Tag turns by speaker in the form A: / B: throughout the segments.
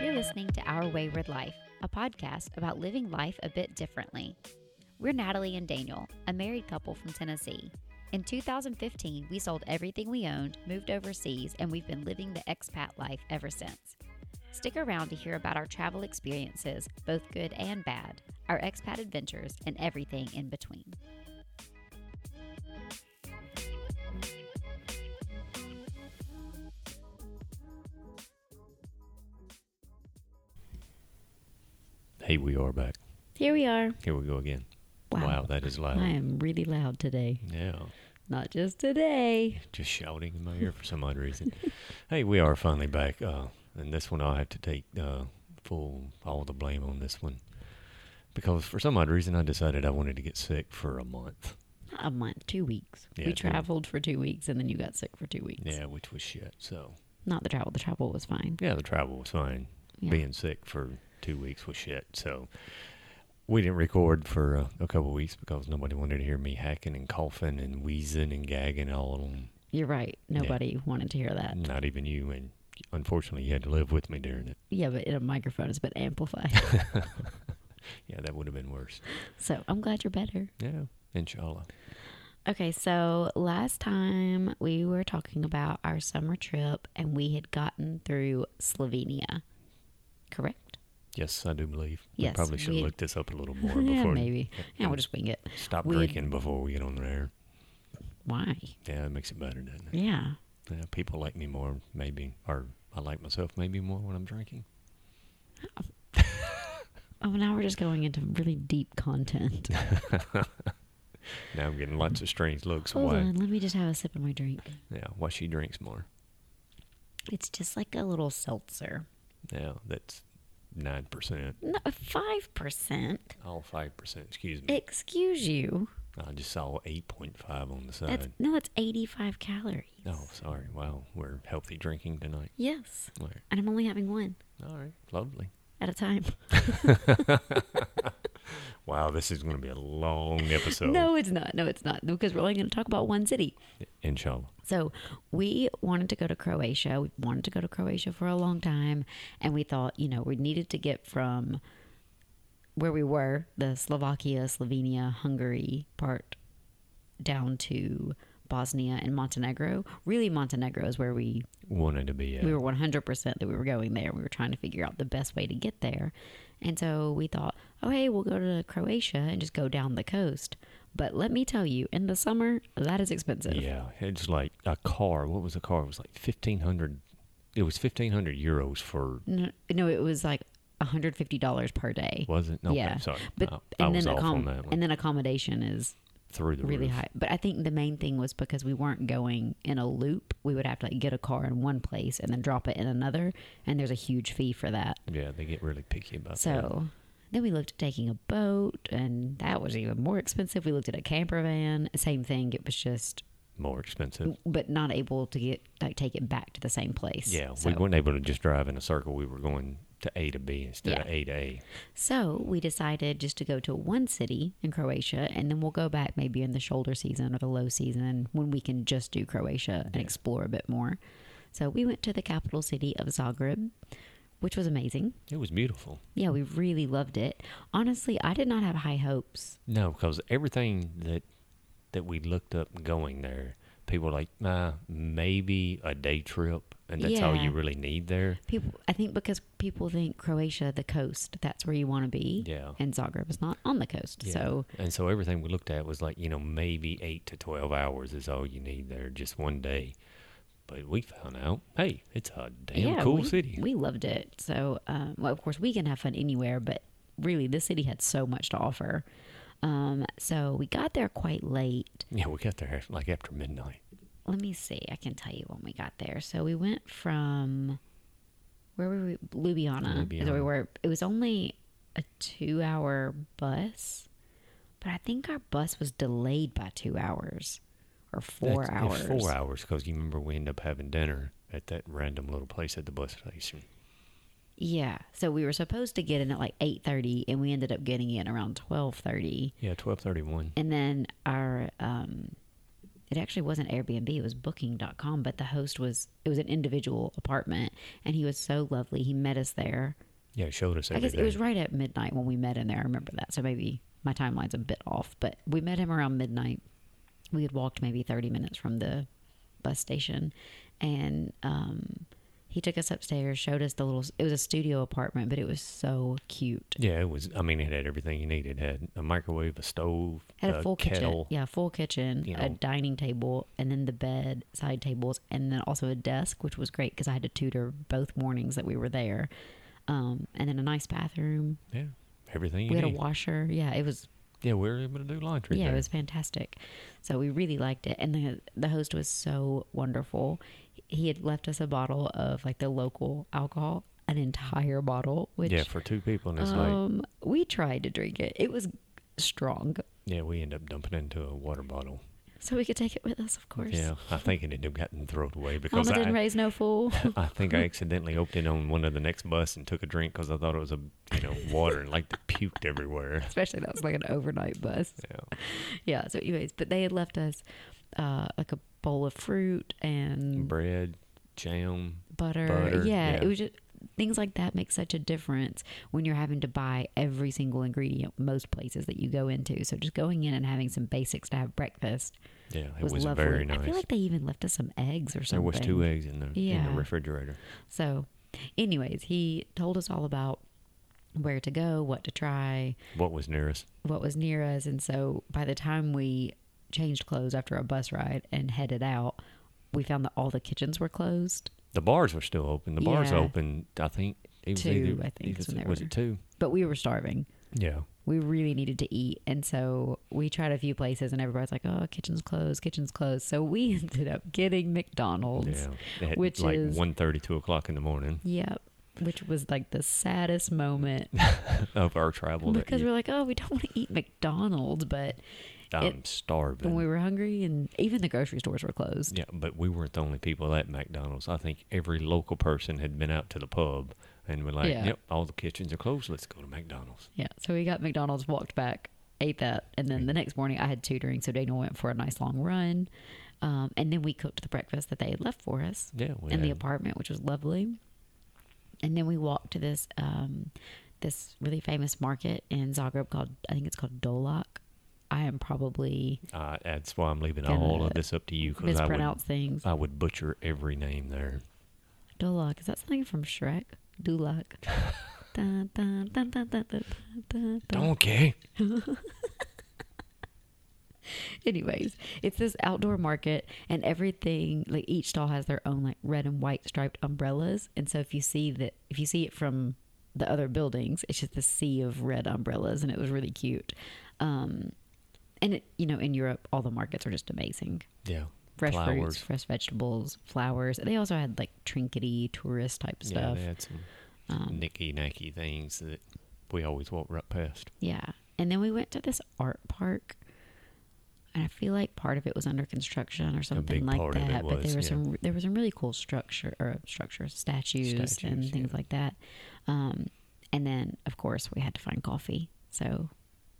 A: listening to Our Wayward Life, a podcast about living life a bit differently. We're Natalie and Daniel, a married couple from Tennessee. In 2015, we sold everything we owned, moved overseas, and we've been living the expat life ever since. Stick around to hear about our travel experiences, both good and bad, our expat adventures, and everything in between.
B: Hey, we are back.
C: Here we are.
B: Here we go again.
C: Wow.
B: that is loud.
C: I am really loud today.
B: Yeah,
C: Not just today.
B: just shouting in my ear for some odd reason. hey, we are finally back, uh, and this one I'll have to take uh, full all the blame on this one because for some odd reason I decided I wanted to get sick for a month.
C: Not a month, two weeks.
B: Yeah,
C: we
B: two.
C: traveled for two weeks and then you got sick for two weeks.
B: Yeah, which was shit. So
C: Not the travel. The travel was fine.
B: yeah, the travel was fine.
C: Yeah.
B: Being sick for two weeks was shit. So. We didn't record for uh, a couple of weeks because nobody wanted to hear me hacking and coughing and wheezing and gagging all on
C: You're right. Nobody wanted to hear that.
B: Not even you, and unfortunately, you had to live with me during it.
C: Yeah, but in a microphone, it's been amplified.
B: Yeah, that would have been worse.
C: so I'm glad you're better.
B: Yeah, inshallah.
C: Okay, so last time we were talking about our summer trip and we had gotten through Slovenia, correct?
B: Yes, I do believe.
C: Yes,
B: we probably should
C: we-
B: look this up a little more
C: yeah,
B: before.
C: maybe. Yeah, we'll just wing it.
B: Stop
C: we had-
B: drinking before we get on the air.
C: Why?
B: Yeah, that makes it better, doesn't it?
C: Yeah.
B: Yeah, people like me more, maybe, or I like myself maybe more when I'm drinking.
C: Oh, now we're just going into really deep content.
B: Now I'm getting lots of strange looks.
C: Hold
B: why?
C: on, let me just have a sip of my drink.
B: Yeah, why she drinks more?
C: It's just like a little seltzer.
B: Yeah, that's nine percent.
C: No, five percent.
B: All five percent. Excuse me.
C: Excuse you.
B: I just saw eight point five on the
C: That's
B: side.
C: no, that's eighty-five calories.
B: Oh, sorry. Wow, we're healthy drinking tonight.
C: Yes,
B: All right.
C: and I'm only having one
B: All right, lovely.
C: at a time.
B: Wow, this is going to be a long episode.
C: No, it's not. No, it's not because we're only going to talk about one city.
B: Inshallah.
C: So we wanted to go to Croatia. We wanted to go to Croatia for a long time, and we thought, you know, we needed to get from where we were, the Slovakia, Slovenia, Hungary part, down to Bosnia and Montenegro. Really, Montenegro is where we
B: Wanted to be at.
C: we were 100% that we were going there. We were trying to figure out the best way to get there. And so we thought, oh, hey, we'll go to Croatia and just go down the coast. But let me tell you, in the summer, that is expensive.
B: yeah, it's like a car. What was the car? It was like 1500 It was 1500 euros for,
C: No, no, it was like hundred fifty dollars per day.
B: was it? No, okay,
C: yeah,
B: sorry.
C: But
B: I, I
C: and
B: was
C: then
B: off
C: accom-
B: on that one.
C: and then accommodation is
B: Through the
C: really
B: roof.
C: high. But I think the main thing was because we weren't going in a loop, we would have to like get a car in one place and then drop it in another, and there's a huge fee for that.
B: Yeah, they get really picky about that.
C: So then we looked at taking a boat, and that was even more expensive. We looked at a camper van, same thing. It was just,
B: More expensive.
C: but not able to get like take it back to the same place.
B: Yeah,
C: So-
B: we weren't able to just drive in a circle. We were going to A to B instead of
C: Yeah.
B: A to A.
C: So we decided just to go to one city in Croatia and then we'll go back maybe in the shoulder season or the low season when we can just do Croatia and explore a bit more. So we went to the capital city of Zagreb, which was amazing.
B: It was beautiful.
C: Yeah, we really loved it. Honestly, I did not have high hopes.
B: No, because everything that that we looked up going there, people were like, nah, maybe a day trip, and that's all
C: Yeah.
B: you really need there.
C: People I think because people think Croatia the coast, that's where you want to be.
B: Yeah.
C: And Zagreb is not on the coast. So
B: and so everything we looked at was like, you know, maybe eight to twelve hours is all you need there, just one day. But we found out, hey, it's a damn cool
C: we,
B: city.
C: We loved it. So, um, well, of course, we can have fun anywhere, but really, this city had so much to offer. Um, so we got there quite late.
B: yeah, we got there like after midnight.
C: Let me see. I can tell you when we got there. So we went from where were we? Ljubljana. is where we
B: Ljubljana.
C: were. It was only a two-hour bus, but I think our bus was delayed by two hours or four
B: That's-
C: hours.
B: it's Four hours, because you remember we ended up having dinner at that random little place at the bus station.
C: Yeah. So we were supposed to get in at like 8:30 and we ended up getting in around 12:30
B: Yeah, twelve thirty-one.
C: and then our um it actually wasn't Airbnb, it was booking.com, but the host was it was an individual apartment and he was so lovely. He met us there
B: Yeah, it showed us
C: I
B: every
C: guess
B: day.
C: it was right at midnight when we met in there. I remember that. So maybe my timeline's a bit off, but we met him around midnight. We had walked maybe 30 minutes from the bus station and um, he took us upstairs, showed us the little, it was a studio apartment, but it was so cute.
B: Yeah, it was. I mean, it had everything you needed. It had a microwave, a stove,
C: Had a full
B: kettle.
C: kitchen. Yeah, full kitchen,
B: You
C: a
B: know.
C: dining table, and then the bed, side tables, and then also a desk, which was great because I had to tutor both mornings that we were there. Um, and then a nice bathroom.
B: Yeah, everything you
C: we had a
B: need.
C: washer. Yeah, it was
B: yeah, we were able to do laundry.
C: yeah,
B: there.
C: it was fantastic. So we really liked it, and the the host was so wonderful. He had left us a bottle of like the local alcohol, an entire bottle, which
B: yeah, for two people, and it's like
C: um, we tried to drink it. It was strong,
B: yeah, we end up dumping it into a water bottle.
C: so we could take it with us, of course.
B: Yeah, I think it ended up getting thrown away because
C: Mama
B: I,
C: didn't raise no fool.
B: I think I accidentally opened it on one of the next bus and took a drink because I thought it was a you know water and like puked everywhere.
C: Especially that was like an overnight bus.
B: Yeah,
C: Yeah. So, anyways, but they had left us uh, like a bowl of fruit and
B: bread, jam.
C: butter.
B: Butter,
C: yeah,
B: yeah.
C: it was just things like that make such a difference when you're having to buy every single ingredient most places that you go into. So just going in and having some basics to have breakfast
B: Yeah, it
C: was,
B: was,
C: lovely.
B: very nice.
C: I feel like they even left us some eggs or something.
B: there was two eggs in the in
C: Yeah.
B: the refrigerator.
C: So, anyways, he told us all about where to go, what to try,
B: What was nearest?
C: what was near us, and so by the time we changed clothes after a bus ride and headed out, we found that all the kitchens were closed.
B: The bars were still open. The bars
C: Yeah.
B: opened. I think it was
C: Two,
B: either-
C: I think, is
B: either-
C: when they
B: was
C: were-
B: it two?
C: But we were starving.
B: Yeah,
C: we really needed to eat. And so we tried a few places and everybody's like, oh, kitchen's closed, kitchen's closed. So we ended up getting McDonald's.
B: yeah. At
C: which
B: like
C: is-
B: one thirty, two o'clock in the morning
C: Yep. Which was like the saddest moment
B: of our travel. that
C: because
B: year.
C: we're like, oh, we don't want to eat McDonald's. But
B: I'm starving.
C: when we were hungry and even the grocery stores were closed.
B: Yeah, but we weren't the only people at McDonald's. I think every local person had been out to the pub and were like,
C: Yeah.
B: "Yep, all the kitchens are closed. Let's go to McDonald's."
C: Yeah. So we got McDonald's, walked back, ate that. And then the next morning I had tutoring. So Daniel went for a nice long run. Um, and then we cooked the breakfast that they had left for us.
B: Oh, Yeah, we
C: in the
B: had-
C: apartment, which was lovely. And then we walked to this um, this really famous market in Zagreb called I think it's called Dolak. I am probably
B: Uh, that's why I'm leaving
C: Gonna
B: all of this up to you because I would
C: mispronounce things.
B: I would butcher every name there.
C: Dolak is that something from Shrek? Dulak. dun, dun, dun, dun, dun, dun, dun, dun.
B: Donkey.
C: Anyways, it's this outdoor market, and everything like each stall has their own like red and white striped umbrellas. And so if you see that, if you see it from the other buildings, it's just the sea of red umbrellas, and it was really cute. Um, and it, you know, in Europe, all the markets are just amazing.
B: Yeah.
C: Fresh fruits,
B: Flowers.
C: fresh vegetables, flowers. They also had like trinkety tourist type
B: Yeah,
C: stuff. Um,
B: they had some nicky nacky things that we always walked right past.
C: Yeah. And then we went to this art park. And I feel like part of it was under construction or something
B: big
C: like
B: part of it
C: that. but
B: was,
C: there were
B: yeah.
C: some there were some really cool structure or structure statues, and
B: Statues,
C: things
B: yeah.
C: like that. Um, and then of course we had to find coffee. So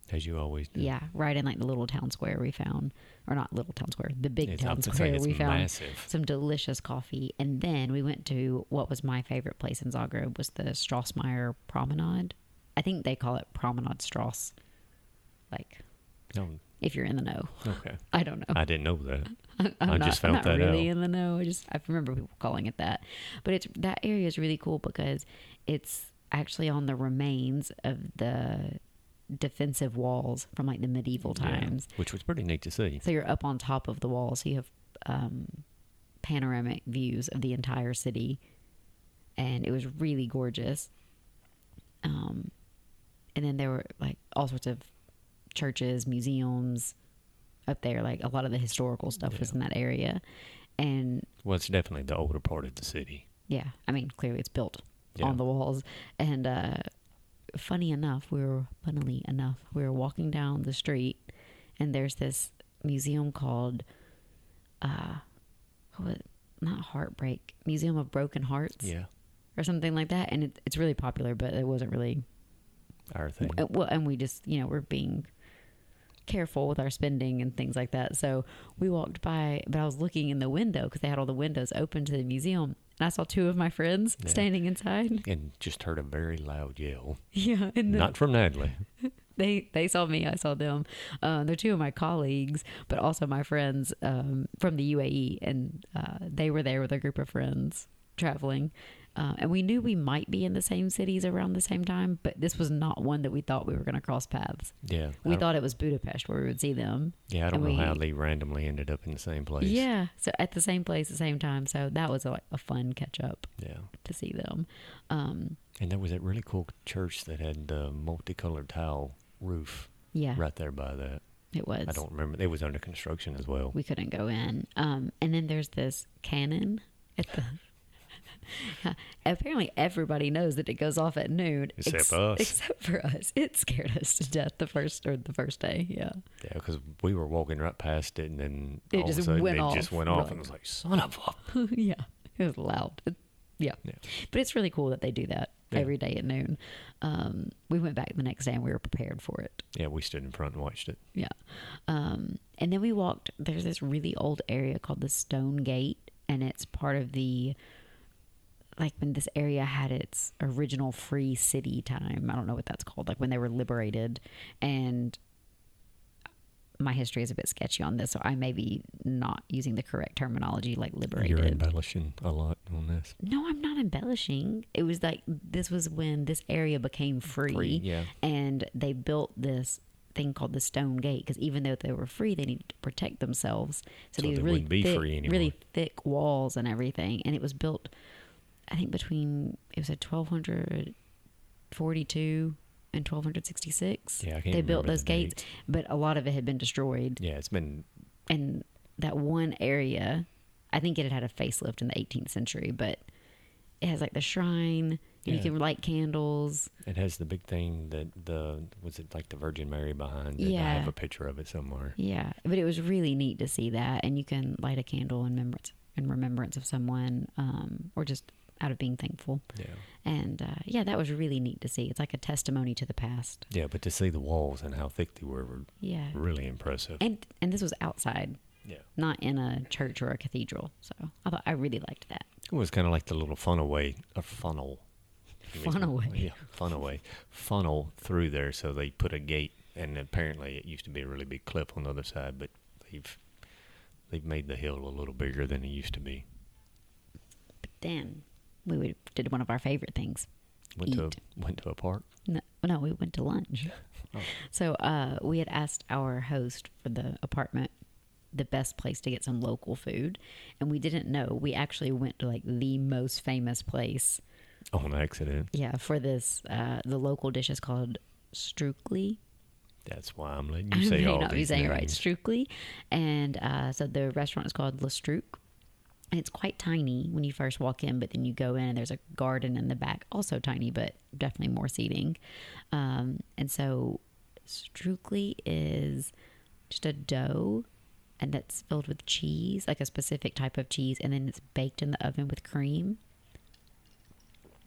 B: As you always do.
C: yeah, right in like the little town square we found, or not little town square, the big
B: It's, I'm
C: town
B: just saying
C: square
B: it's
C: we found
B: massive.
C: some delicious coffee. And then we went to what was my favorite place in Zagreb was the Strassmeyer Promenade. I think they call it Promenade Strass. Like
B: No,
C: if you're in the know,
B: okay.
C: I don't know.
B: I didn't know that.
C: I'm
B: I
C: not,
B: just found
C: I'm not
B: that
C: really
B: out.
C: in the know. I just I remember people calling it that, but it's that area is really cool because it's actually on the remains of the defensive walls from like the medieval
B: Yeah,
C: times.
B: which was pretty neat to see.
C: So you're up on top of the wall, so you have um, panoramic views of the entire city, and it was really gorgeous. Um, and then there were like all sorts of churches, museums up there. Like a lot of the historical stuff was in that area, and
B: Well, it's definitely the older part of the city.
C: yeah, I mean, clearly it's built
B: Yeah.
C: on the walls. And uh, funny enough, we were funnily enough, we were walking down the street, and there's this museum called, uh, what was it? not Heartbreak Museum of Broken Hearts,
B: Yeah.
C: or something like that. And it, it's really popular, but it wasn't really
B: Our thing.
C: uh, well, and we just you know we're being careful with our spending and things like that. So we walked by, but I was looking in the window because they had all the windows open to the museum, And I saw two of my friends
B: Yeah.
C: standing inside.
B: and just heard a very loud yell.
C: Yeah, and the,
B: Not from Natalie.
C: they they saw me. I saw them. Uh, they're two of my colleagues, but also my friends um, from the UAE, and uh, they were there with a group of friends traveling. Uh, and we knew we might be in the same cities around the same time, but this was not one that we thought we were going to cross paths.
B: Yeah. I
C: We
B: don't-
C: thought it was Budapest where we would see them.
B: Yeah, I don't know
C: and
B: how
C: we-
B: they randomly ended up in the same place.
C: Yeah, so at the same place, at the same time. So that was a, a fun catch up
B: Yeah.
C: to see them. Um,
B: And there was that really cool church that had the multicolored tile roof
C: yeah,
B: right there by that.
C: it was.
B: I don't remember. It was under construction as well.
C: we couldn't go in. Um, and then there's this cannon at the. Apparently, everybody knows that it goes off at noon,
B: Except us.
C: Except for us, it scared us to death the first or the first day. Yeah,
B: Yeah, because we were walking right past it, and then
C: It
B: all of a
C: just
B: sudden
C: went
B: it
C: off.
B: just went
C: We're
B: off,
C: like-
B: and it was like, "Son of a!"
C: yeah, it was loud. It- yeah.
B: Yeah.
C: but it's really cool that they do that
B: Yeah.
C: every day at noon. Um, we went back the next day and we were prepared for it.
B: Yeah, we stood in front and watched it.
C: Yeah. Um, and then we walked, there's this really old area called the Stone Gate, and it's part of the, like when this area had its original free city time. I don't know what that's called, like when they were liberated. And my history is a bit sketchy on this, so I may be not using the correct terminology, like liberated.
B: You're embellishing a lot on this.
C: No, I'm not embellishing. It was like this was when this area became free,
B: Free, yeah.
C: and they built this thing called the Stone Gate because even though they were free, they needed to protect themselves.
B: So
C: So, these
B: they
C: really
B: wouldn't be
C: thick,
B: free anymore.
C: really thick walls and everything, and it was built, I think between it was a 1242 and 1266.
B: Yeah, I can't
C: they built
B: remember
C: those
B: the date.
C: gates, but a lot of it had been destroyed
B: Yeah, it's been
C: and that one area i think it had had a facelift in the 18th century but it has like the shrine and you
B: Yeah.
C: can light candles
B: It has the big thing that the was it like the Virgin Mary behind it. I
C: Yeah.
B: have a picture of it somewhere.
C: yeah but it was really neat to see that and you can light a candle in remembrance in remembrance of someone um, or just out of being thankful
B: Yeah.
C: and uh, yeah that was really neat to see it's like a testimony to the past
B: Yeah, but to see the walls and how thick they were were
C: yeah
B: really impressive.
C: and and this was outside
B: yeah.
C: not in a church or a cathedral so i thought i really liked that
B: It was kind of like the little funnel way, a funnel.
C: Funnel way.
B: Yeah, funnel way. Funnel through there. So they put a gate, and apparently it used to be a really big cliff on the other side, but they've they've made the hill a little bigger than it used to be.
C: but then we would, did one of our favorite things
B: Went to a,
C: Eat.
B: went to a park.
C: No, no, we went to lunch. So uh, we had asked our host for the apartment the best place to get some local food, and we didn't know. We actually went to like the most famous place.
B: On accident.
C: Yeah, for this, uh, the local dish is called Strookly.
B: That's why I'm letting you say
C: may
B: all
C: not be
B: these
C: saying it right,
B: names.
C: Strookly, and uh, so the restaurant is called La Strook. And it's quite tiny when you first walk in, but then you go in and there's a garden in the back, also tiny, but definitely more seating. Um, and so Strookly is just a dough and that's filled with cheese, like a specific type of cheese, and then it's baked in the oven with cream.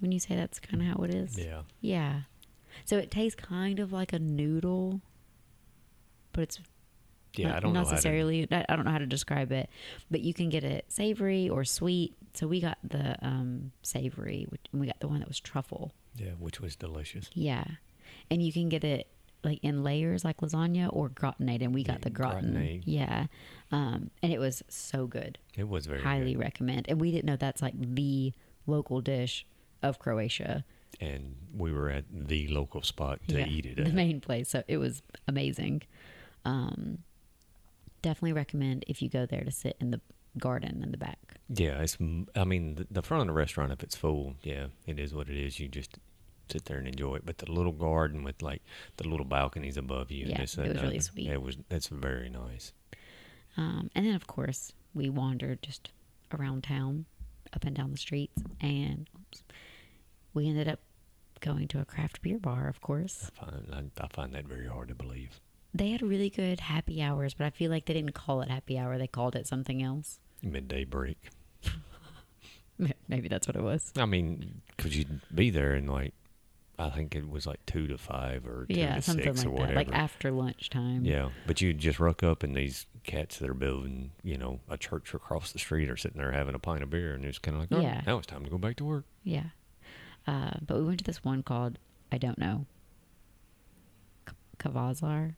C: When you say that's kind of how it is?
B: Yeah.
C: Yeah. So it tastes kind of like a noodle, but it's
B: Yeah,
C: not
B: I don't know how to-
C: necessarily. I I don't know how to describe it, but you can get it savory or sweet. So we got the um, savory, which, and we got the one that was truffle.
B: Yeah, which was delicious.
C: Yeah, and you can get it like in layers, like lasagna or gratinate, and we got
B: Yeah,
C: the gratin.
B: gratinate.
C: Yeah, um, and it was so good.
B: It was very
C: Highly
B: good.
C: recommend. And we didn't know that's like the local dish of Croatia.
B: and we were at the local spot to
C: Yeah,
B: eat it.
C: the
B: At.
C: main place so it was amazing um definitely recommend if you go there to sit in the garden in the back
B: Yeah, it's. m- I mean, the, the front of the restaurant, if it's full, yeah, it is what it is. You just sit there and enjoy it. But the little garden with like the little balconies above you,
C: Yeah,
B: and this, that,
C: it was
B: and
C: really
B: other,
C: sweet.
B: It was. That's very nice.
C: um and then of course we wandered just around town up and down the streets and oops, we ended up going to a craft beer bar of course
B: I find, I, I find that very hard to believe.
C: they had really good happy hours but i feel like they didn't call it happy hour they called it something else
B: Midday break.
C: maybe that's what it was
B: I mean, because you'd be there and like I think it was like two to five or two
C: yeah,
B: to
C: something
B: six
C: like
B: or whatever.
C: that. Like after lunchtime.
B: yeah, but you just ruck up and these cats that are building, you know, a church across the street are sitting there having a pint of beer, and it's kind of like, oh,
C: Yeah.
B: now it's time to go back to work.
C: Yeah. Uh, but we went to this one called I don't know. K- Kavazar.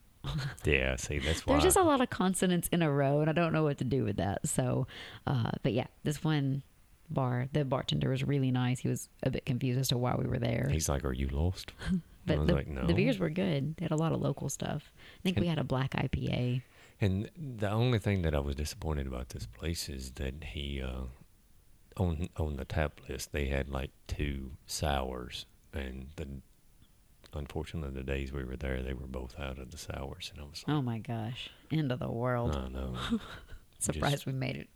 B: Yeah, see, that's why.
C: There's just a lot of consonants in a row, and I don't know what to do with that. So, uh, but yeah, this one bar, the bartender was really nice. He was a bit confused as to why we were there,
B: He's like, "Are you lost?" I
C: but
B: was
C: the,
B: like, "No."
C: the beers were good. They had a lot of local stuff. I think we had a black IPA.
B: And the only thing that I was disappointed about this place is that he uh, on on the tap list they had like two sours, and the unfortunately the days we were there they were both out of the sours, and I was like,
C: Oh my gosh, end of the world!
B: I know,
C: Surprised we made it.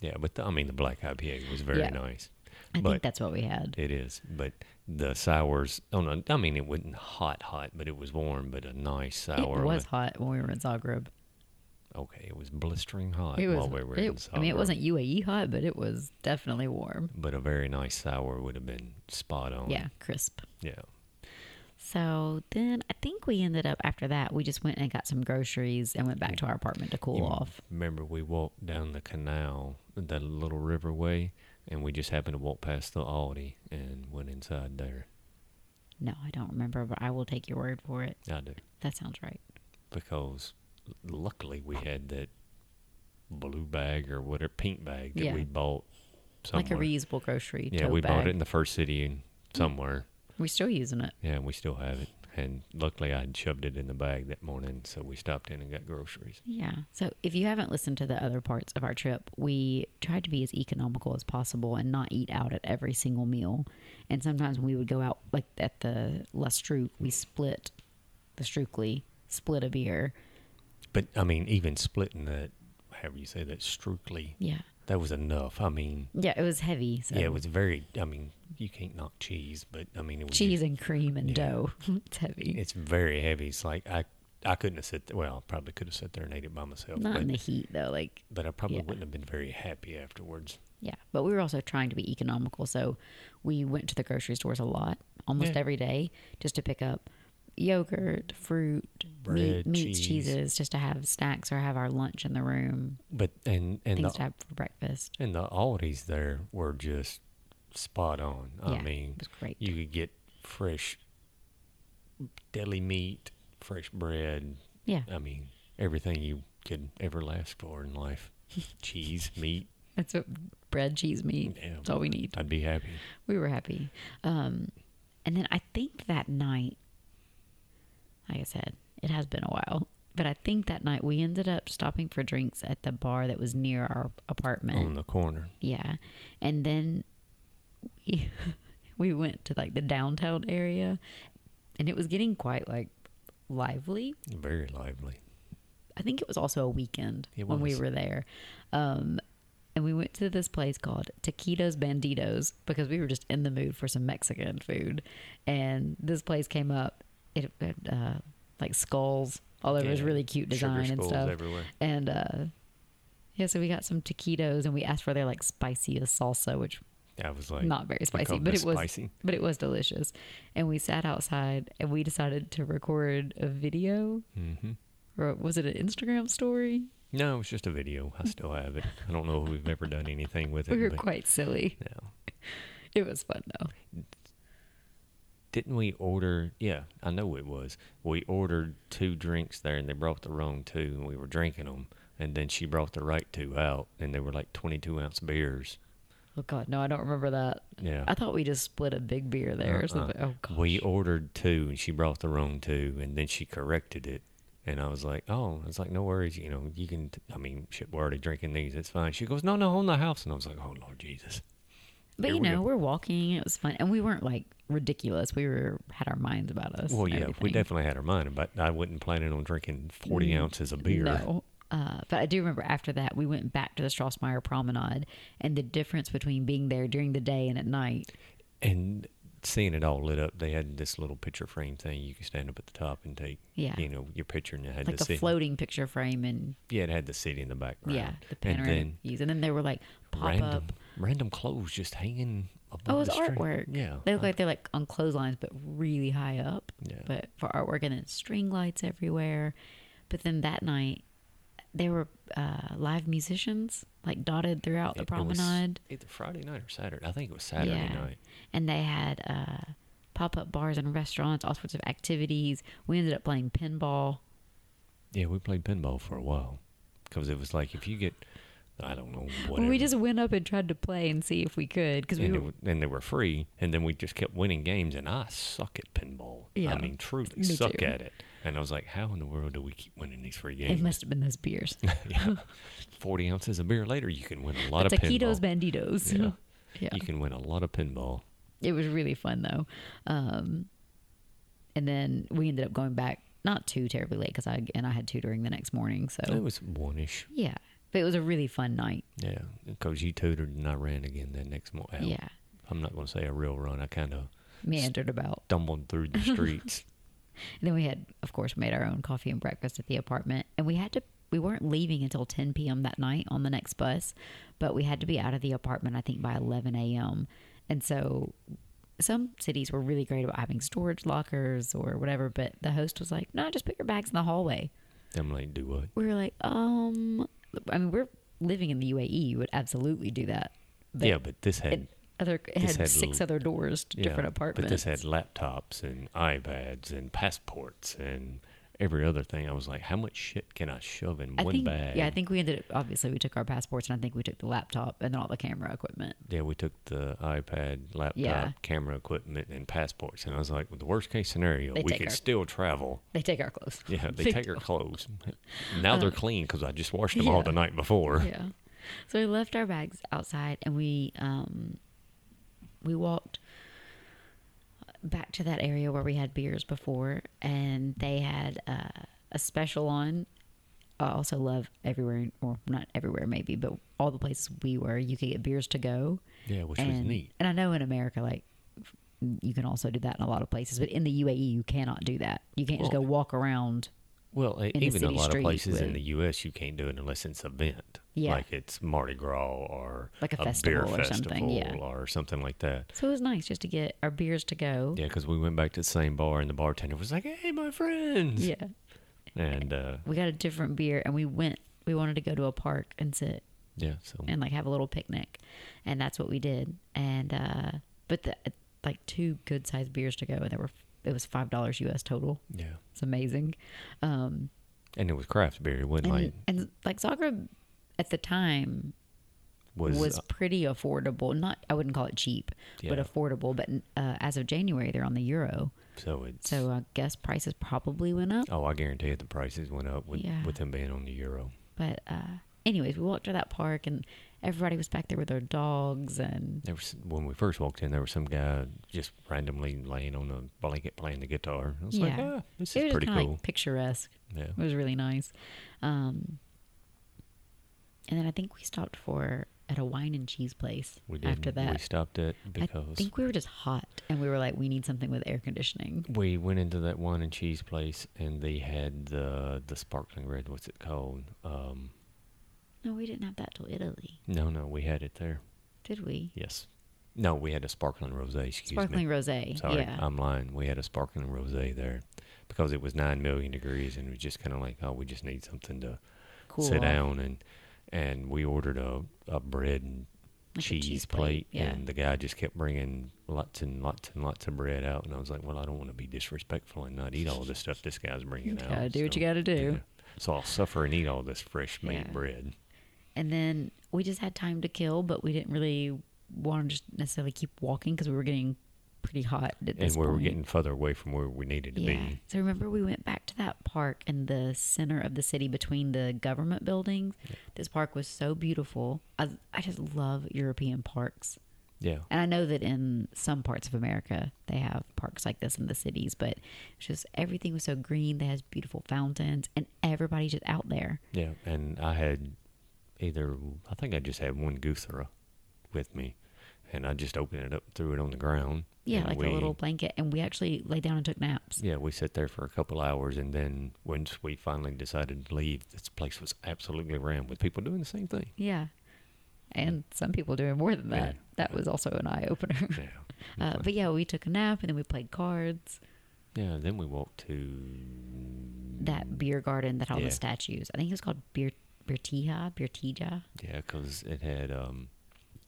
B: yeah, but the, I mean the black IPA was very
C: Yeah.
B: nice.
C: I
B: but-
C: think that's what we had.
B: It is, but the sours on a, I mean it wasn't hot hot, but it was warm, but a nice sour.
C: It
B: on
C: was
B: a-
C: hot when we were in Zagreb.
B: okay, it was blistering hot
C: It was.
B: while we were
C: it-
B: in
C: I mean, it
B: Zagreb.
C: wasn't UAE hot, but it was definitely warm.
B: but a very nice sour would have been spot on.
C: Yeah, crisp.
B: Yeah.
C: So then I think we ended up after that, we just went and got some groceries and went back to our apartment to cool
B: You
C: off.
B: Remember, we walked down the canal, the little riverway, and we just happened to walk past the Aldi and went inside there.
C: No, I don't remember, but I will take your word for it.
B: I do.
C: That sounds right.
B: Because luckily we had that blue bag or whatever, pink bag that
C: Yeah.
B: we bought somewhere.
C: Like a reusable grocery.
B: yeah,
C: tote
B: we bought
C: bag. Mm.
B: it in the first city and somewhere.
C: We're still using it.
B: Yeah, and we still have it. And luckily I had shoved it in the bag that morning, so we stopped in and got groceries.
C: Yeah. So if you haven't listened to the other parts of our trip, we tried to be as economical as possible and not eat out at every single meal. And sometimes when we would go out, like at the La Struc, we split the Struckley, split a beer.
B: But, I mean, even splitting that, however you say that, Strookly,
C: Yeah.
B: that was enough. I mean,
C: Yeah, it was heavy. So.
B: Yeah, it was very. I mean, you can't knock cheese, but I mean, it was
C: cheese and cream and
B: Yeah.
C: dough. it's heavy.
B: It's very heavy. It's like I, I couldn't have sit. Well, I probably could have sat there and ate it by myself,
C: Not
B: but,
C: in the heat though. Like
B: but I probably
C: yeah.
B: wouldn't have been very happy afterwards.
C: yeah, but we were also trying to be economical, so we went to the grocery stores a lot, almost
B: Yeah.
C: every day, just to pick up yogurt, fruit, meat,
B: Bread,
C: meats,
B: cheese.
C: cheeses, just to have snacks or have our lunch in the room,
B: But and and
C: things to
B: the,
C: have for breakfast.
B: and the Aldi's there were just spot on. I
C: yeah,
B: mean,
C: it was great.
B: you could get fresh deli meat, fresh bread.
C: yeah,
B: I mean, everything you could ever ask for in life: cheese, meat.
C: that's what bread, cheese, meat.
B: Yeah.
C: That's all we need.
B: I'd be happy.
C: we were happy. Um, and then I think that night, like I said, it has been a while, but I think that night we ended up stopping for drinks at the bar that was near our apartment.
B: On the corner,
C: Yeah. And then we, we went to like the downtown area and it was getting quite like lively.
B: very lively.
C: I think it was also a weekend
B: It
C: when we
B: was.
C: were there. Um, and we went to this place called Taquitos Banditos because we were just in the mood for some Mexican food. And this place came up, it had uh, like skulls all over. It was
B: Yeah.
C: really cute
B: Sugar
C: design and
B: skulls
C: stuff.
B: everywhere.
C: And uh, yeah, so we got some taquitos and we asked for their like spiciest salsa, which
B: I was like,
C: not very spicy,
B: called
C: but
B: this
C: it was
B: spicy.
C: but it was delicious. And we sat outside and we decided to record a video,
B: hmm
C: or was it an Instagram story?
B: no, it's just a video. I still have it. I don't know if we've ever done anything with it.
C: We were
B: but
C: quite silly.
B: no.
C: It was fun though.
B: Didn't we order? Yeah, I know it was. We ordered two drinks there, and they brought the wrong two, and we were drinking them. And then she brought the right two out, and they were like twenty-two ounce beers.
C: Oh god, no, I don't remember that.
B: Yeah,
C: I thought we just split a big beer there
B: Uh-uh.
C: or something. Oh god.
B: we ordered two, and she brought the wrong two, and then she corrected it. And I was like, "Oh, it's like no worries, you know, you can." T- I mean, shit, we're already drinking these. It's fine. She goes, "No, no, on the house." And I was like, "Oh Lord Jesus."
C: but
B: here
C: you
B: we
C: know,
B: go.
C: we're walking, it was fun. And we weren't like ridiculous. We were had our minds about us.
B: Well,
C: and
B: yeah, we
C: everything.
B: definitely had our mind, but I wasn't planning on drinking 40 ounces of beer.
C: Mm, No. Uh, but I do remember after that, we went back to the Strassmeyer Promenade, and the difference between being there during the day and at night.
B: And seeing it all lit up, they had this little picture frame thing you could stand up at the top and take,
C: Yeah.
B: you know, your picture, and it had
C: Like
B: the
C: the
B: city.
C: floating picture frame and,
B: Yeah, it had the city in the background.
C: yeah, the
B: and
C: panoramic
B: then
C: views. And then there were like pop
B: random
C: up
B: random clothes just hanging. Above
C: Oh, it's
B: the string.
C: artwork.
B: Yeah,
C: They look
B: I-
C: like they're like on clotheslines, but really high up.
B: Yeah.
C: But for artwork, and then string lights everywhere. But then that night, there were uh, live musicians like dotted throughout the
B: It- it was
C: promenade,
B: either Friday night or Saturday. I think it was Saturday
C: Yeah.
B: night.
C: and they had uh, pop up bars and restaurants, all sorts of activities. We ended up playing pinball.
B: Yeah, we played pinball for a while because it was like if you get, I don't know, whatever.
C: Well, we just went up and tried to play and see if we could because we
B: and,
C: were,
B: it, wa- and they were free, and then we just kept winning games. And I suck at pinball.
C: Yeah.
B: I mean, truly
C: Me
B: suck
C: too.
B: at it. And I was like, how in the world do we keep winning these free
C: it
B: games?
C: must have been those beers.
B: yeah. Forty ounces of beer later, you can win a lot of
C: Taquitos
B: pinball.
C: Banditos.
B: Yeah.
C: yeah.
B: You can win a lot of pinball.
C: it was really fun though. Um, and then we ended up going back not too terribly late because I and I had tutoring the next morning. So
B: It was one ish.
C: yeah, but it was a really fun night.
B: Yeah, because you tutored and I ran again that next morning.
C: Yeah,
B: I'm not going to say a real run. I kind of
C: meandered about.
B: stumbled through the streets.
C: And then we had, of course, made our own coffee and breakfast at the apartment, and we had to. We weren't leaving until 10 p.m. that night on the next bus, but we had to be out of the apartment I think by 11 a.m. And so some cities were really great about having storage lockers or whatever, but the host was like, "No, just put your bags in the hallway."
B: I'm like, do what?
C: we were like, um, I mean, we're living in the UAE. You would absolutely do that. But
B: yeah, but this had
C: It, other, it
B: this
C: had,
B: had
C: six
B: l-
C: other doors to
B: yeah,
C: different apartments.
B: But this had laptops and iPads and passports and every other thing. I was like, how much shit can I shove in
C: I
B: one
C: think,
B: bag?
C: yeah, I think we ended up, obviously, we took our passports and I think we took the laptop and then all the camera equipment.
B: Yeah, we took the iPad, laptop,
C: Yeah.
B: camera equipment, and passports. And I was like, well, the worst case scenario,
C: They
B: we
C: take
B: could
C: our-
B: still travel.
C: They take our clothes.
B: Yeah, they
C: Big
B: take our
C: deal.
B: clothes. Now they're clean because I just washed them all
C: Uh, yeah.
B: the night before.
C: Yeah. So we left our bags outside and we, um, we walked back to that area where we had beers before and they had uh, a special on I also love everywhere, or not everywhere maybe, but all the places we were, you could get beers to go.
B: Yeah, which
C: and,
B: was neat.
C: And I know in America, like, f- you can also do that in a lot of places, but in the UAE, you cannot do that. You can't just go
B: Well-
C: walk around.
B: Well, e-
C: in the
B: even a
C: city
B: lot of
C: street
B: places in
C: with-
B: the U.S., you can't do it unless it's an event.
C: Yeah.
B: Like it's Mardi Gras or
C: Like a
B: beer
C: festival or
B: festival
C: something, yeah.
B: or something like that.
C: So it was nice just to get our beers to go.
B: Yeah, because we went back to the same bar and the bartender was like, hey, my friends.
C: Yeah.
B: And uh,
C: We got a different beer and we went, we wanted to go to a park and sit
B: yeah, so
C: and like have a little picnic. And that's what we did. And, uh, but the, like two good sized beers to go and there were, it was $5 US total.
B: yeah.
C: It's amazing. Um,
B: And it was craft beer. It wasn't
C: and,
B: like,
C: and like Zagreb at the time
B: was, uh,
C: was, pretty affordable. Not I wouldn't call it cheap, but
B: Yeah.
C: affordable. But uh, as of January, they're on the euro,
B: so it's,
C: so I guess prices probably went up.
B: oh, I guarantee it, the prices went up with,
C: Yeah.
B: with them being on the euro.
C: But uh, anyways, we walked to that park and everybody was back there with their dogs and
B: There was, when we first walked in, there was some guy just randomly laying on a blanket playing the guitar. I was like,
C: Yeah.
B: ah, this
C: it
B: is
C: was
B: pretty
C: kind of
B: cool.
C: like picturesque.
B: yeah.
C: It was really nice. Um, and then I think we stopped for at a wine and cheese place
B: We did.
C: after that.
B: we stopped it
C: I
B: because
C: think we were just hot and we were like, we need something with air conditioning.
B: we went into that wine and cheese place, and they had the the sparkling red. What's it called? Um,
C: No, we didn't have that till Italy,
B: no, no, we had it there.
C: did we?
B: Yes, no, we had a sparkling rosé. Excuse
C: Sparkling
B: me.
C: rosé.
B: Sorry,
C: yeah.
B: I'm lying. We had a sparkling rosé there because it was nine million degrees, and it was just kind of like, oh, we just need something to
C: cool.
B: sit down and and we ordered a a bread and
C: Like a
B: cheese,
C: cheese
B: plate,
C: plate, yeah.
B: and the guy just kept bringing lots and lots and lots of bread out, and I was like, well, I don't want to be disrespectful and not eat all this stuff this guy's bringing out.
C: Gotta do what you gotta do.
B: So I'll suffer and eat all this fresh made
C: Yeah.
B: bread.
C: And then we just had time to kill, but we didn't really want to just necessarily keep walking because we were getting pretty hot at
B: And
C: this
B: we were
C: point.
B: getting further away from where we needed to
C: yeah.
B: be.
C: So remember, we went back to that park in the center of the city between the government buildings. This park was so beautiful. I, I just love European parks.
B: Yeah.
C: And I know that in some parts of America they have parks like this in the cities, but it's just everything was so green. They had beautiful fountains, and everybody just out there.
B: Yeah. And I had either, I think I just had one Guthera with me, and I just opened it up, threw it on the ground.
C: Yeah,
B: and
C: like
B: we-
C: a little blanket, and we actually lay down and took naps.
B: Yeah, we sat there for a couple hours, and then once we finally decided to leave, this place was absolutely rammed with people doing the same thing.
C: Yeah, and some people doing more than that.
B: Yeah.
C: That was also an eye opener.
B: Yeah.
C: Uh, but yeah, we took a nap and then we played cards.
B: Yeah, then we walked to
C: That beer garden that had all
B: Yeah.
C: the statues. I think it was called Beer Bertija, Bertija.
B: yeah, because it had um,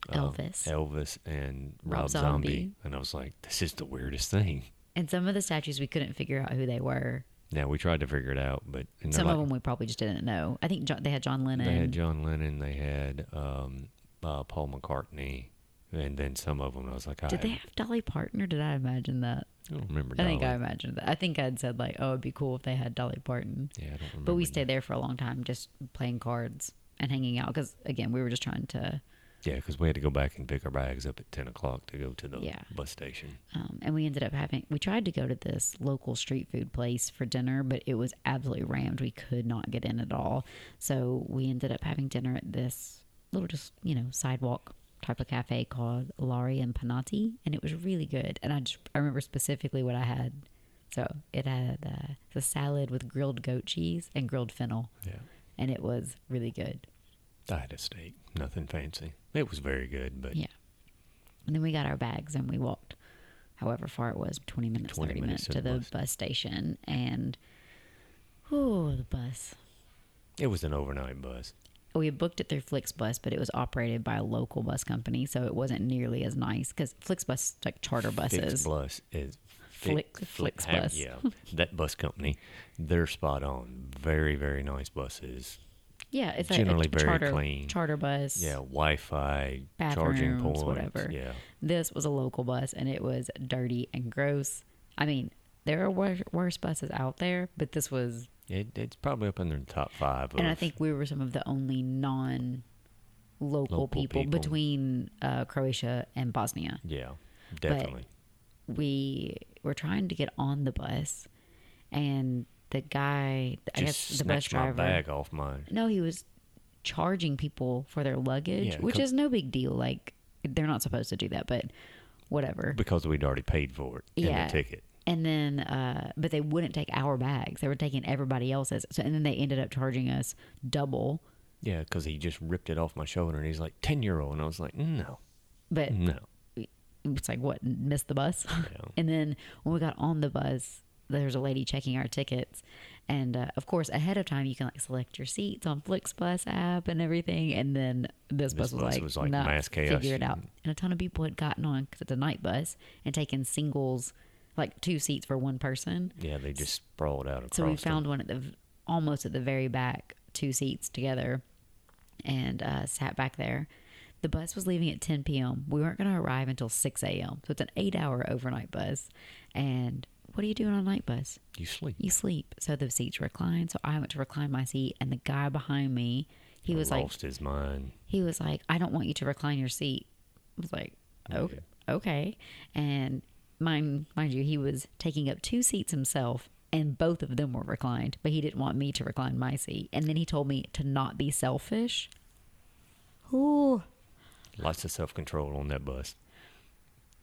B: uh,
C: Elvis.
B: Elvis and
C: Rob
B: Rob, Zombie.
C: Zombie.
B: and I was like, this is the weirdest thing.
C: And some of the statues we couldn't figure out who they were.
B: Now we tried to figure it out, but and they're
C: Some of
B: like-
C: them we probably just didn't know. I think John, they had John Lennon.
B: They had John Lennon. They had um, uh, Paul McCartney, and then some of them. I was like, I,
C: Did they have Dolly Parton or did I imagine that?
B: I don't remember.
C: I think I
B: Dolly.
C: imagined that. I think I'd said like, oh, it'd be cool if they had Dolly Parton.
B: Yeah, I don't remember.
C: But we
B: now.
C: stayed there for a long time, just playing cards and hanging out because again, we were just trying to.
B: Yeah, because we had to go back and pick our bags up at ten o'clock to go to the
C: Yeah.
B: bus station.
C: Um, and we ended up having. We tried to go to this local street food place for dinner, but it was absolutely rammed. We could not get in at all. So we ended up having dinner at this little, just you know, sidewalk type of cafe called Lari and Panati, and it was really good. And I just I remember specifically what I had. So it had uh, the salad with grilled goat cheese and grilled fennel,
B: Yeah,
C: and it was really good.
B: I had a steak, nothing fancy. It was very good, but
C: Yeah. And then we got our bags and we walked however far it was 20 minutes,
B: 20
C: 30
B: minutes
C: minutes,
B: to
C: to
B: the
C: the
B: bus.
C: bus station. And, oh, the bus.
B: it was an overnight bus.
C: We had booked it through Flixbus, but it was operated by a local bus company, so it wasn't nearly as nice because Flixbus is like charter
B: Fix
C: buses.
B: Bus is
C: Flick-
B: Fix-
C: Flix
B: have-
C: Bus.
B: Yeah, that bus company, they're spot on. Very very nice buses.
C: Yeah, it's
B: Generally
C: like a,
B: very
C: charter,
B: clean.
C: charter bus.
B: Yeah, Wi-Fi, charging
C: Bathrooms,
B: points.
C: whatever.
B: Yeah,
C: This was a local bus and it was dirty and gross. I mean, there are wor- worse buses out there, but this was
B: it, it's probably up in the top five.
C: and I
B: of-
C: think we were some of the only non local
B: Local
C: people,
B: people.
C: between uh, Croatia and Bosnia.
B: Yeah, definitely.
C: We were trying to get on the bus, and the guy, I
B: Just
C: guess the bus
B: snatched my
C: driver,
B: bag off mine.
C: no, he was charging people for their luggage,
B: Yeah,
C: which
B: co-
C: is no big deal. Like, they're not supposed to do that, but whatever.
B: because we'd already paid for it
C: Yeah.
B: and the ticket.
C: and then uh, but they wouldn't take our bags they were taking everybody else's so and then they ended up charging us double
B: Yeah, because he just ripped it off my shoulder and he's like ten year old, and I was like, no,
C: but
B: no. Mm.
C: it's like what missed the bus
B: Yeah.
C: and then when we got on the bus there was a lady checking our tickets and uh, of course ahead of time you can like select your seats on flixbus app and everything and then this, bus was
B: bus
C: like,
B: was like
C: nah,
B: mass chaos.
C: figure it out and a ton of people had gotten on because it's a night bus and taken singles like two seats for one person
B: Yeah, they just sprawled out across.
C: so we
B: the-
C: found one at the almost at the very back, two seats together, and uh, sat back there. The bus was leaving at 10 p.m. We weren't going to arrive until 6 a.m. So it's an eight-hour overnight bus. And what are you doing on a night bus?
B: you sleep.
C: You sleep. So the seats reclined. So I went to recline my seat, and the guy behind me, he was like,
B: lost his mind.
C: he was like, I don't want you to recline your seat. I was like, okay, okay. And mind, mind you, he was taking up two seats himself, and both of them were reclined, but he didn't want me to recline my seat. And then he told me to not be selfish. Ooh.
B: Lots of self control on that bus.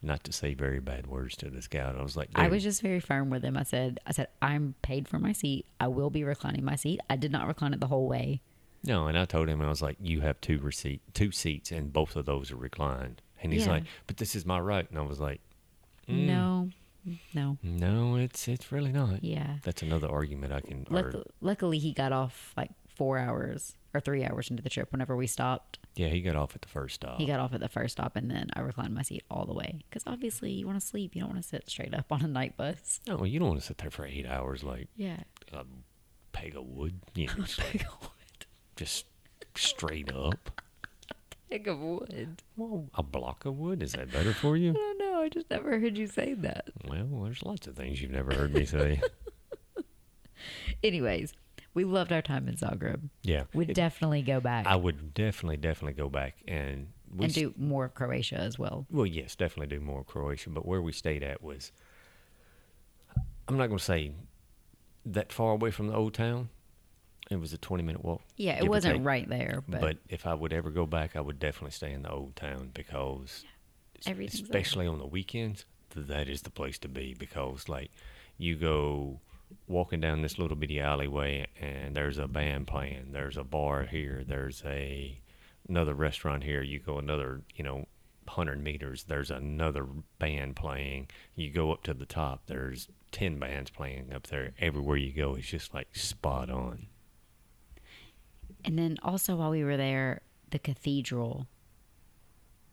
B: Not to say very bad words to this guy. and I was like,
C: I
B: "Dude,
C: was just very firm with him. I said, I said, I'm paid for my seat. I will be reclining my seat. I did not recline it the whole way.
B: No, and I told him I was like, "You have two receipt, two seats, and both of those are reclined." And he's
C: Yeah.
B: like, "But this is my right," and I was like,
C: No, no.
B: "No, it's it's really not."
C: Yeah.
B: That's another argument I can.
C: Luck-
B: or,
C: luckily, he got off like four hours or three hours into the trip whenever we stopped.
B: yeah, he got off at the first stop.
C: He got off at the first stop, and then I reclined my seat all the way because obviously you want to sleep. You don't want to sit straight up on a night bus.
B: no, well, you don't want to sit there for eight hours like
C: Yeah.
B: a peg of wood. You know, it's like, just straight up.
C: Pick of wood.
B: Well, a block of wood is that better for you?
C: I don't know. I just never heard you say that.
B: Well, there's lots of things you've never heard me say.
C: Anyways, we loved our time in Zagreb.
B: Yeah,
C: We'd
B: It-
C: definitely go back
B: I would definitely, definitely go back and we
C: and do more of Croatia as well.
B: Well, yes, definitely do more of Croatia, but where we stayed at was, I'm not going to say that far away from the old town. It was a 20 minute walk.
C: Yeah, it
B: give or
C: wasn't
B: take.
C: right there, but,
B: But, if I would ever go back, I would definitely stay in the old town because, s-
C: Everything's open.
B: especially on the weekends, that is the place to be because, like, you go walking down this little bitty alleyway and there's a band playing, there's a bar here, there's a another restaurant here. You go another, you know, hundred meters. There's another band playing. You go up to the top. There's ten bands playing up there. Everywhere you go, it's just like spot on.
C: And then also while we were there, the cathedral,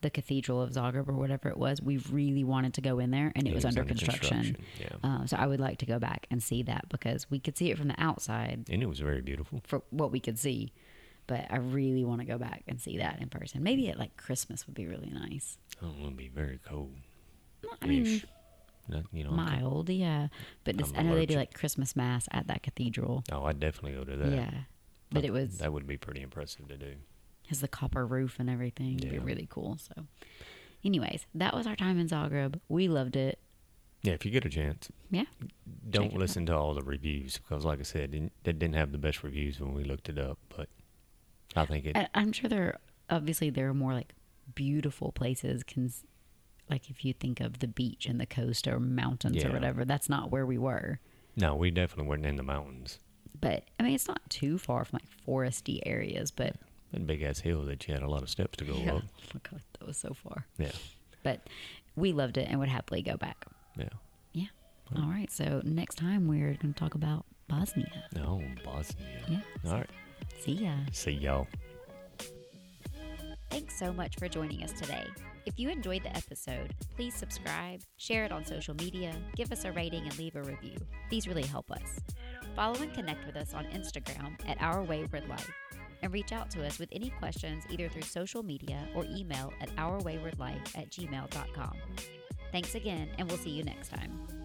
C: the cathedral of Zagreb or whatever it was, we really wanted to go in there, and it, was, under, construction.
B: construction,
C: Um, so I would like to go back and see that because we could see it from the outside
B: Yeah, and it was very beautiful.
C: for what we could see. But I really want to go back and see that in person. Maybe at like Christmas would be really nice.
B: Oh, it'll be very cold.
C: I mean,
B: Ish. Not, you know, I'm-
C: Mild, yeah. But this,
B: I'm
C: I know they do
B: allergic.
C: like Christmas mass at that cathedral.
B: Oh, I'd definitely go to that.
C: Yeah. But
B: That-
C: it was
B: that would be pretty impressive to do.
C: has the copper roof and everything. It'd be
B: Yeah.
C: really cool. So, anyways, that was our time in Zagreb. We loved it.
B: Yeah, if you get a chance,
C: Yeah.
B: don't
C: it out.
B: listen to all the reviews because, like I said, didn't, they didn't have the best reviews when we looked it up. But I think it.
C: And I'm sure there are, obviously there are more like beautiful places cons- like if you think of the beach and the coast or mountains or
B: Yeah.
C: whatever, that's not where we were.
B: no, we definitely weren't in the mountains.
C: But I mean, it's not too far from like foresty areas, but
B: That big ass hill that you had a lot of steps to go
C: yeah.
B: up.
C: Oh my God, that was so far.
B: Yeah,
C: But we loved it and would happily go back.
B: yeah.
C: Yeah. All right. So next time we're going to talk about Bosnia.
B: No, Bosnia.
C: Yeah.
B: All right.
C: See ya.
B: See y'all.
A: Thanks so much for joining us today. If you enjoyed the episode, please subscribe, share it on social media, give us a rating, and leave a review. These really help us. Follow and connect with us on Instagram at Our Wayward Life, and reach out to us with any questions either through social media or email at ourwaywardlife at gmail.com. Thanks again, and we'll see you next time.